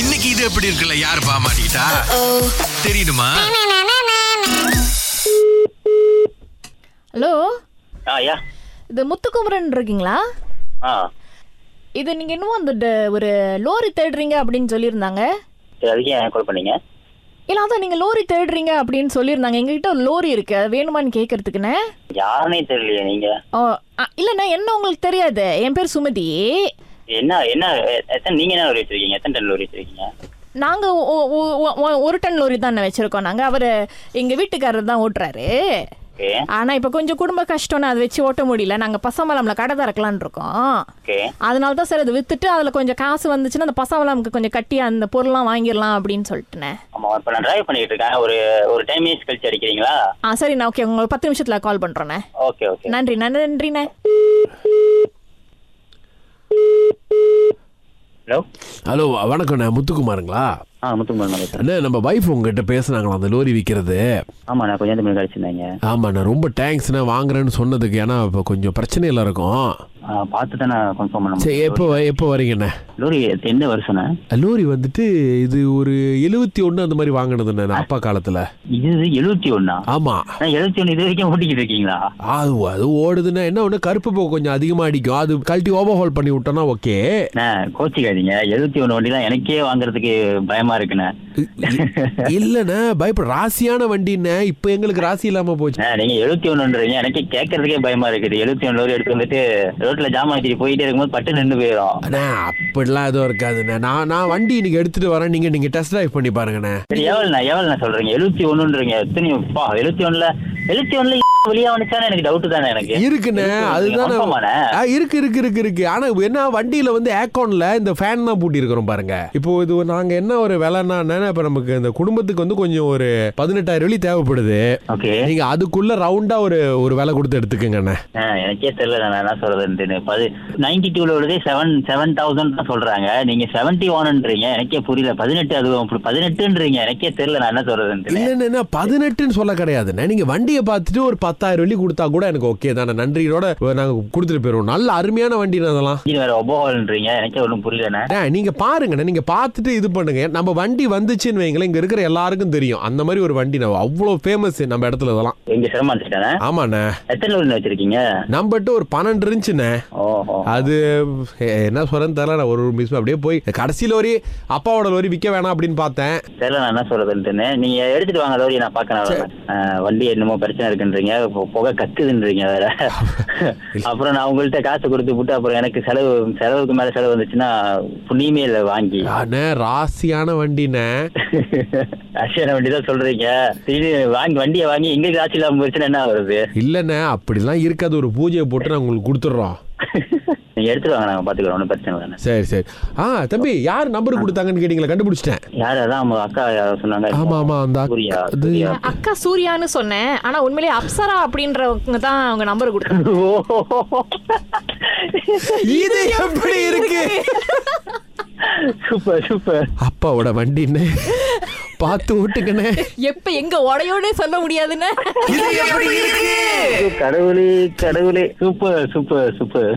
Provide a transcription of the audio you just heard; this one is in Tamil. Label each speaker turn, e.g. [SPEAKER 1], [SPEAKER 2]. [SPEAKER 1] இன்னைக்கு இது எப்படி இருக்குல்ல யார் பாமாட்டா தெரியுமா
[SPEAKER 2] ஹலோ
[SPEAKER 3] ஆ யா
[SPEAKER 2] இது முத்துக்குமரன் இருக்கீங்களா
[SPEAKER 3] ஆ
[SPEAKER 2] இது நீங்கள் இன்னும் அந்த ட- ஒரு லோரி தேடுறீங்க அப்படின்னு சொல்லியிருந்தாங்க
[SPEAKER 3] சரி அதுக்கு ஏன் கால் பண்ணீங்க
[SPEAKER 2] இல்லை அதான் நீங்கள் லோரி தேடுறீங்க அப்படின்னு சொல்லியிருந்தாங்க எங்ககிட்ட ஒரு லோரி இருக்கு அது வேணுமான்னு கேட்கறதுக்குண்ணே
[SPEAKER 3] யாருனே தெரியலையே நீங்க
[SPEAKER 2] ஓ அ, இல்லைண்ணே என்ன உங்களுக்கு தெரியாது என் பேர் சுமதி
[SPEAKER 3] என்ன என்ன எ- எத்தனை நீங்க என்ன லோரி வச்சிருக்கீங்க எத்தனை டன் லோரி வச்சிருக்கீங்க
[SPEAKER 2] நாங்கள் ஒரு டன் லோரி தானே வச்சுருக்கோம் நாங்கள் அவர் எங்கள் வீட்டுக்காரர் தான் ஓட்டுறாரு
[SPEAKER 3] ஓகே
[SPEAKER 2] ஆனால் இப்போ கொஞ்சம் குடும்ப கஷ்டம்னு அதை வச்சு ஓட்ட முடியல நாங்கள் பசமலம்ல கடை திறக்கலான்னு இருக்கோம்
[SPEAKER 3] ஓகே
[SPEAKER 2] அதனால தான் சார் அதை விற்றுட்டு அதில் கொஞ்சம் காசு வந்துச்சுன்னா அந்த பசமலமுக்கு கொஞ்சம் கட்டி அந்த பொருள்லாம் வாங்கிடலாம் அப்படின்னு சொல்லிட்டுண்ணே
[SPEAKER 3] ஆமா இப்போ நான் டிரைவ் பண்ணிட்டு இருக்கேன் ஒரு ஒரு டென் மினிட்ஸ் கழிச்சு அடிக்கிறீங்களா
[SPEAKER 2] ஆ சரிண்ணா ஓகே உங்களுக்கு பத்து நிமிஷத்தில் கால் பண்ணுறோண்ணே
[SPEAKER 3] ஓகே ஓகே
[SPEAKER 2] நன்றிண்ணே நன்றிண்ணே
[SPEAKER 3] ஹலோ
[SPEAKER 4] ஹலோ வணக்கண்ணே முத்துக்குமாருங்களா
[SPEAKER 3] ஆ முத்துக்குமார் நான் பேசுறேன்
[SPEAKER 4] அண்ணே நம்ம வைஃப் உங்ககிட்ட பேசுனாங்களா அந்த லோரி விற்கிறது
[SPEAKER 3] ஆமா நான் கொஞ்சம் மணி கழிச்சிருந்தேங்க
[SPEAKER 4] ஆமாண்ணே ரொம்ப தேங்க்ஸ்ண்ணே வாங்குறேன்னு சொன்னதுக்கு ஏன்னா இப்போ கொஞ்சம் பிரச்சனையில் இருக்கும்
[SPEAKER 3] பார்த்து தான் நான் கன்ஃபார்ம் பண்ண
[SPEAKER 4] சரி
[SPEAKER 3] முடியும்
[SPEAKER 4] எப்போ எப்போ வரீங்கண்ணே
[SPEAKER 3] லோரி எத்- எந்த வருஷம்ண்ணா
[SPEAKER 4] லோரி வந்துட்டு இது ஒரு எழுபத்தி ஒன்று அந்த மாதிரி வாங்கினதுண்ணே நான் அப்பா காலத்தில்
[SPEAKER 3] இது எழுபத்தி ஒன்னா
[SPEAKER 4] ஆமாம்
[SPEAKER 3] எழுபத்தி ஒன்று இது வரைக்கும் ஓட்டிக்கிட்டு இருக்கீங்களா
[SPEAKER 4] அது அது ஓடுதுன்னா என்ன ஒன்று கருப்பு போக்கு கொஞ்சம் அதிகமாக அடிக்கும் அது கழட்டி ஓவர்ஹால் பண்ணி விட்டோன்னா ஓகே
[SPEAKER 3] அண்ணா கோச்சிக்காதீங்க எழுபத்தி ஒன்று வண்டி தான் எனக்கே வாங்குறதுக்கு பயமா இருக்குண்ணே
[SPEAKER 4] இல்லைண்ணே பயப்பட ராசியான வண்டிண்ணே இப்போ எங்களுக்கு ராசி இல்லாமல் போச்சு
[SPEAKER 3] அண்ணா, நீங்க எழுபத்தி ஒண்ணுன்றீங்க எனக்கு கேட்கறதுக்கே பயமா இருக்குது எழுபத்தி ஒண்ணு லோரி எடுத்து வந்துட்டு ரோட்ல ஜாமான் வச்சுட்டு போயிட்டே இருக்கும்போது பட்டு நின்று போயிடும்
[SPEAKER 4] அண்ணா அப்படிலாம் எதுவும் இருக்காதுண்ணே நான் நான் வண்டி இன்னைக்கு எடுத்துட்டு வரேன் நீங்க நீங்க டெஸ்ட் டிரைவ் பண்ணி பாருங்கண்ணே
[SPEAKER 3] சரி எவ்வளவுண்ணா எவ்வளவுண்ணா சொல்றீங்க எழுபத்தி ஒண்ணுன்றீங்க எத்தனை பா எழுபத்தி ஒண்ணுல எழுபத்தி ஒண்ணுல வெளியே வந்துச்சானே எனக்கு டவுட் தானே எனக்கு
[SPEAKER 4] இருக்குண்ணே அதுதான் நான்-
[SPEAKER 3] confirm ஆண்ணே?
[SPEAKER 4] ஆ, இருக்கு இருக்கு இருக்கு இருக்கு ஆனா இப்ப என்ன வண்டியில வந்து ஏக்கான்ல இந்த ஃபேன் தான் பூட்டி இருக்கிறோம் பாருங்க இப்போ இது ஒரு- நாங்க என்ன ஒரு விலைன்னா இப்ப நமக்கு இந்த குடும்பத்துக்கு வந்து கொஞ்சம் ஒரு பதினெட்டாயிரம் வெளி தேவைப்படுது
[SPEAKER 3] ஓகே
[SPEAKER 4] நீங்க அதுக்குள்ள ரவுண்டா ஒரு ஒரு விலை கொடுத்து எடுத்துக்கங்கண்ணே
[SPEAKER 3] எனக்கே தெரியல நான் என்ன சொல்றதுன்னு பது நைன்டி டூல உள்ளதே செவன் செவன் தௌசண்ட் தான் சொல்றாங்க நீங்க செவன்டி ஒன்ன்றீங்க எனக்கே புரியல பதினெட்டு அது அப்படி பதினெட்டுன்றீங்க எனக்கே தெரியல நான் என்ன சொல்றதுன்னு
[SPEAKER 4] இல்ல என்னன்னா பதினெட்டுன்னு சொல்ல கிடையாதுண்ணே நீங்க வண்டியை பார்த்துட்டு ஒரு பத்தாயிரம் வெளி கொடுத்தா கூட எனக்கு ஓகே தானே நன்றியோட நாங்க கொடுத்துட்டு போயிருவோம் நல்ல அருமையான வண்டி அதெல்லாம்
[SPEAKER 3] இன்ஜின் வேற ஒபோகன்றீங்க எனக்கே ஒன்றும் புரியலண்ணே
[SPEAKER 4] அண்ணா, நீங்க பாருங்கண்ணே நீங்க பார்த்துட்டு இது பண்ணுங்க நம்ம வண்டி வந்துச்சுன்னு வைங்களேன் இங்க இருக்கிற எல்லாருக்கும் தெரியும் அந்த மாதிரி ஒரு வண்டி நம்ம அவ்வளோ ஃபேமஸ் நம்ம இடத்துல இதெல்லாம்
[SPEAKER 3] எங்க சிரமம் வந்துட்டானே
[SPEAKER 4] ஆமாண்ணே
[SPEAKER 3] எத்தனை லோரி வச்சிருக்கீங்க
[SPEAKER 4] நம்மகிட்ட ஒரு பன்னெண்டு இருந்துச்சுண்ணே
[SPEAKER 3] ஓஹோ
[SPEAKER 4] அது எ- என்ன சொல்றேன்னு தெரியல நான் ஒரு ஒரு மிஸ் அப்படியே போய் கடைசி லோரி அப்பாவோட லோரி விற்க வேணாம் அப்படின்னு பார்த்தேன்
[SPEAKER 3] தெரியல நான் என்ன சொல்றதுன்னு நீங்க எடுத்துட்டு வாங்க லோரி நான் பாக்கிறேன் வண்டி என்னமோ பிரச்சனை இருக்குன்றீங்க பு- புகை கக்குதுன்றீங்க வேற அப்புறம் நான் உங்கள்ட்ட காசு கொடுத்து விட்டு அப்புறம் எனக்கு செலவு செலவுக்கு மேல செலவு வந்துச்சுன்னா புண்ணியமே இல்லை வாங்கி
[SPEAKER 4] அண்ணே ராசியான வண்டிண்ணே
[SPEAKER 3] ரஷ்யான வண்டி தான் சொல்றீங்க திடீர்னு வாங்கி வண்டியை வாங்கி எங்க காசு இல்லாம போச்சுன்னா என்ன வருது
[SPEAKER 4] இல்லைண்ணே அப்படிலாம் இருக்காது ஒரு பூஜையை போட்டு நான் உங்களுக்கு கொடுத்துட்றோம்
[SPEAKER 3] நீங்க எடுத்துட்டு வாங்க நாங்க பாத்துக்கிறோம் ஒன்றும் பிரச்சனை இல்லைண்ணே
[SPEAKER 4] சரி சரி ஆ தம்பி யார் நம்பர் கொடுத்தாங்கன்னு கேட்டீங்களா கண்டுபிடிச்சிட்டேன்
[SPEAKER 3] யார் அதான் அவங்க அக்கா யாரோ சொன்னாங்க
[SPEAKER 4] ஆமா ஆமா அந்த
[SPEAKER 3] சூர்யா
[SPEAKER 4] அக்கா- அது-
[SPEAKER 3] சூர்யா
[SPEAKER 2] அக்கா சூர்யான்னு சொன்னேன் ஆனால் உண்மையிலேயே அப்சரா அப்படின்றவங்க தான் அவங்க நம்பர் கொடுத்தாங்க
[SPEAKER 4] இது எப்படி இருக்கு
[SPEAKER 3] சூப்பர் சூப்பர்
[SPEAKER 4] அப்பாவோட வண்டின்னு பார்த்து விட்டுக்கண்ணே
[SPEAKER 2] எப்ப எங்க உடையோட சொல்ல முடியாதுன்னு
[SPEAKER 3] கடவுளே கடவுளே சூப்பர் சூப்பர் சூப்பர்